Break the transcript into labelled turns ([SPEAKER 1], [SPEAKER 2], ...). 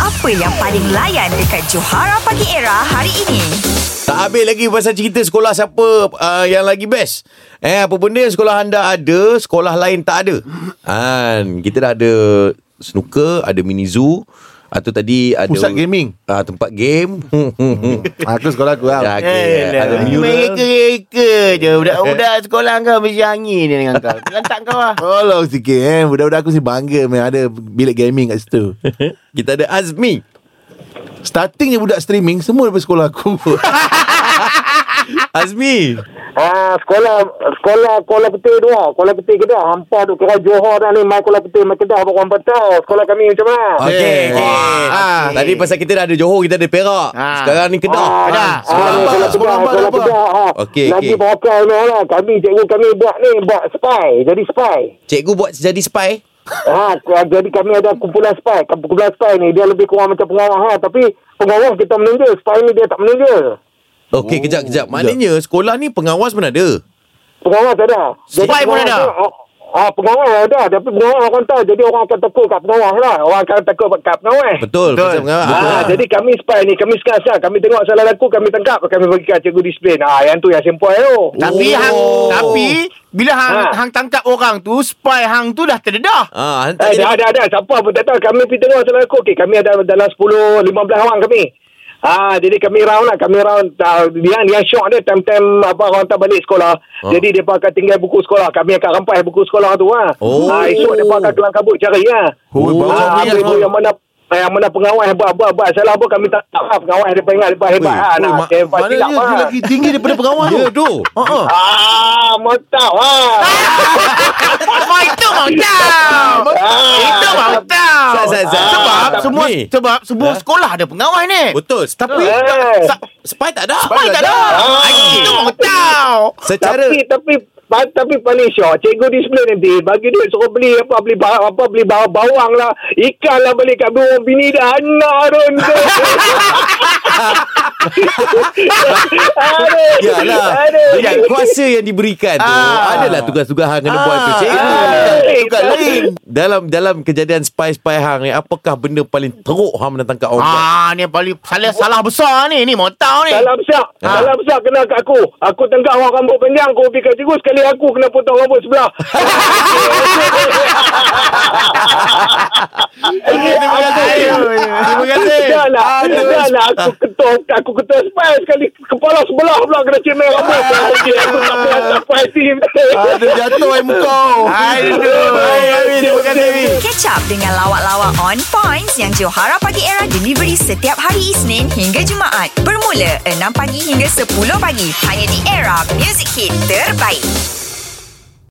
[SPEAKER 1] Apa yang paling layan dekat Johara Pagi Era hari ini?
[SPEAKER 2] Tak habis lagi pasal cerita sekolah siapa uh, yang lagi best. Eh apa benda yang sekolah anda ada, sekolah lain tak ada. Han, kita dah ada snooker, ada mini zoo, atau tadi ada
[SPEAKER 3] Pusat gaming.
[SPEAKER 2] Ah, tempat game. Hmm, hmm, hmm.
[SPEAKER 3] Aku sekolah aku
[SPEAKER 2] Ya,
[SPEAKER 3] lah.
[SPEAKER 2] okay. ada mural.
[SPEAKER 4] Mereka-reka je Budak-budak sekolah kau Mesti angin dia dengan kau Lantak kau lah
[SPEAKER 3] Tolong sikit eh. Budak-budak aku si bangga man. Ada bilik gaming kat situ.
[SPEAKER 2] Kita ada Azmi.
[SPEAKER 3] Startingnya budak streaming semua daripada sekolah aku.
[SPEAKER 2] Azmi.
[SPEAKER 5] Ah, sekolah sekolah Kuala Peti dua, Kuala Peti Kedah. Hampa duk kira Johor dah ni mai Kuala Peti mai Kedah baru orang tahu sekolah kami macam mana.
[SPEAKER 2] Okey, okey.
[SPEAKER 3] Ah.
[SPEAKER 2] Ah, tadi pasal kita dah ada Johor, kita ada Perak.
[SPEAKER 4] Ah.
[SPEAKER 2] Sekarang ni Kedah.
[SPEAKER 4] Kedah.
[SPEAKER 5] Ah, sekolah
[SPEAKER 3] apa? Sekolah apa?
[SPEAKER 5] Kuala
[SPEAKER 3] Apa?
[SPEAKER 5] Kedah. Ha.
[SPEAKER 2] Okey,
[SPEAKER 5] Lagi
[SPEAKER 2] okey.
[SPEAKER 5] bakal ni lah. Kami cikgu kami buat ni buat spy. Jadi spy.
[SPEAKER 2] Cikgu buat jadi spy.
[SPEAKER 5] ha, k- jadi kami ada kumpulan spy. Kumpulan spy ni dia lebih kurang macam pengawas ha. tapi pengawas kita menunjuk, spy ni dia tak menunjuk.
[SPEAKER 2] Okey, kejap, kejap. Maknanya sekolah ni pengawas pun ada.
[SPEAKER 5] Pengawas ada. Jadi
[SPEAKER 4] Spy pun
[SPEAKER 5] pengawas
[SPEAKER 4] ada?
[SPEAKER 5] tu, ah, Ah, pengawas ada tapi pengawas orang tahu jadi orang akan tekuk kat pengawas lah orang akan tekuk kat pengawas
[SPEAKER 2] Betul.
[SPEAKER 4] Betul.
[SPEAKER 2] Pasal pengawas. Betul.
[SPEAKER 5] Ah, jadi kami spy ni, kami sekasar, kami tengok salah laku, kami tangkap, kami bagi kat cikgu disiplin. Ah, yang tu oh. yang sempoi tu.
[SPEAKER 4] Tapi hang Tapi Bila hang
[SPEAKER 5] Ha.
[SPEAKER 4] hang tangkap orang tu Spy hang tu dah terdedah
[SPEAKER 2] Ah, hantar
[SPEAKER 5] Eh,
[SPEAKER 2] jadi
[SPEAKER 5] dah, dah, dah. Siapa pun tak tahu. Kami pergi tengok salah laku. Okay, kami ada dalam 10, 15 orang kami. Ah, jadi kami round lah. Kami round. Ah, yang, yang syok dia time-time apa, orang tak balik sekolah. Jadi, mereka akan tinggal buku sekolah. Kami akan rampai buku sekolah tu. Ah.
[SPEAKER 2] Oh.
[SPEAKER 5] Ah, esok mereka akan kelang kabut cari. Ah.
[SPEAKER 3] Oh, bawa
[SPEAKER 5] ah,
[SPEAKER 3] punya
[SPEAKER 5] habis tu
[SPEAKER 3] semua.
[SPEAKER 5] yang mana yang mana pengawal hebat-hebat salah pun kami tak tak faham. pengawal hebat ingat hebat hebat
[SPEAKER 2] Ui,
[SPEAKER 5] ah
[SPEAKER 2] ui,
[SPEAKER 5] nak
[SPEAKER 2] mak-
[SPEAKER 5] hebat
[SPEAKER 3] Oh, Maknanya
[SPEAKER 5] silap,
[SPEAKER 3] dia
[SPEAKER 5] ah.
[SPEAKER 3] lagi tinggi daripada pengawas tu.
[SPEAKER 2] Ya, tu.
[SPEAKER 3] Ha ah.
[SPEAKER 5] Ah, mantap. Ah.
[SPEAKER 4] Apa itu mau tahu
[SPEAKER 5] Ah.
[SPEAKER 4] Itu mau tahu
[SPEAKER 2] Sat, sat, sat.
[SPEAKER 4] Sebab
[SPEAKER 2] Ah,
[SPEAKER 4] Semua
[SPEAKER 2] ni.
[SPEAKER 4] Sebab
[SPEAKER 5] Ha?
[SPEAKER 4] Semua sekolah ada pengawas ni
[SPEAKER 2] Betul. Tapi
[SPEAKER 5] Eh.
[SPEAKER 2] sa- spy tak ada.
[SPEAKER 4] Spy tak ada
[SPEAKER 5] Ah.
[SPEAKER 4] Itu mau tahu
[SPEAKER 2] Secara
[SPEAKER 5] Tapi tapi pa- tapi paling syok cikgu disiplin nanti bagi duit suruh beli apa beli ba- apa beli ba- bawang lah ikan lah beli kat burung bini dah anak Arun tu Arun
[SPEAKER 2] Yalah
[SPEAKER 5] Arun
[SPEAKER 2] Ya lah. Yang kuasa yang diberikan tu
[SPEAKER 4] Ah.
[SPEAKER 2] Adalah tugas-tugas Hang kena buat tu Cikgu
[SPEAKER 5] Ah.
[SPEAKER 2] bukan Tugas
[SPEAKER 5] Tapi-
[SPEAKER 2] lain Dalam dalam kejadian spy-spy Hang ni Apakah benda paling teruk Hang pernah tangkap orang buat?
[SPEAKER 4] Ah, ni yang paling salah salah besar ni. Ni mau tahu ni.
[SPEAKER 5] Salam syak Salam syak kena kat aku Aku tengah orang rambut panjang Aku pergi kat cikgu Sekali aku kena potong rambut sebelah
[SPEAKER 4] Terima kasih. Terima kasih. Ah.
[SPEAKER 5] Dah lah Dah lah Aku ketua Aku ketua spy Sekali kepala sebelah pula Kena cemai rambut
[SPEAKER 4] Ah.
[SPEAKER 5] Okey, Aku tak payah Tak payah team
[SPEAKER 3] Ada jatuh em kau.
[SPEAKER 5] lah.
[SPEAKER 4] Aduh.
[SPEAKER 2] Baik, Ami. Terima kasih Ami.
[SPEAKER 1] Catch up dengan lawak-lawak on points yang Johara Pagi Era delivery setiap hari Isnin hingga Jumaat. Bermula 6 pagi hingga 10 pagi. Hanya di Era Music Hit Terbaik.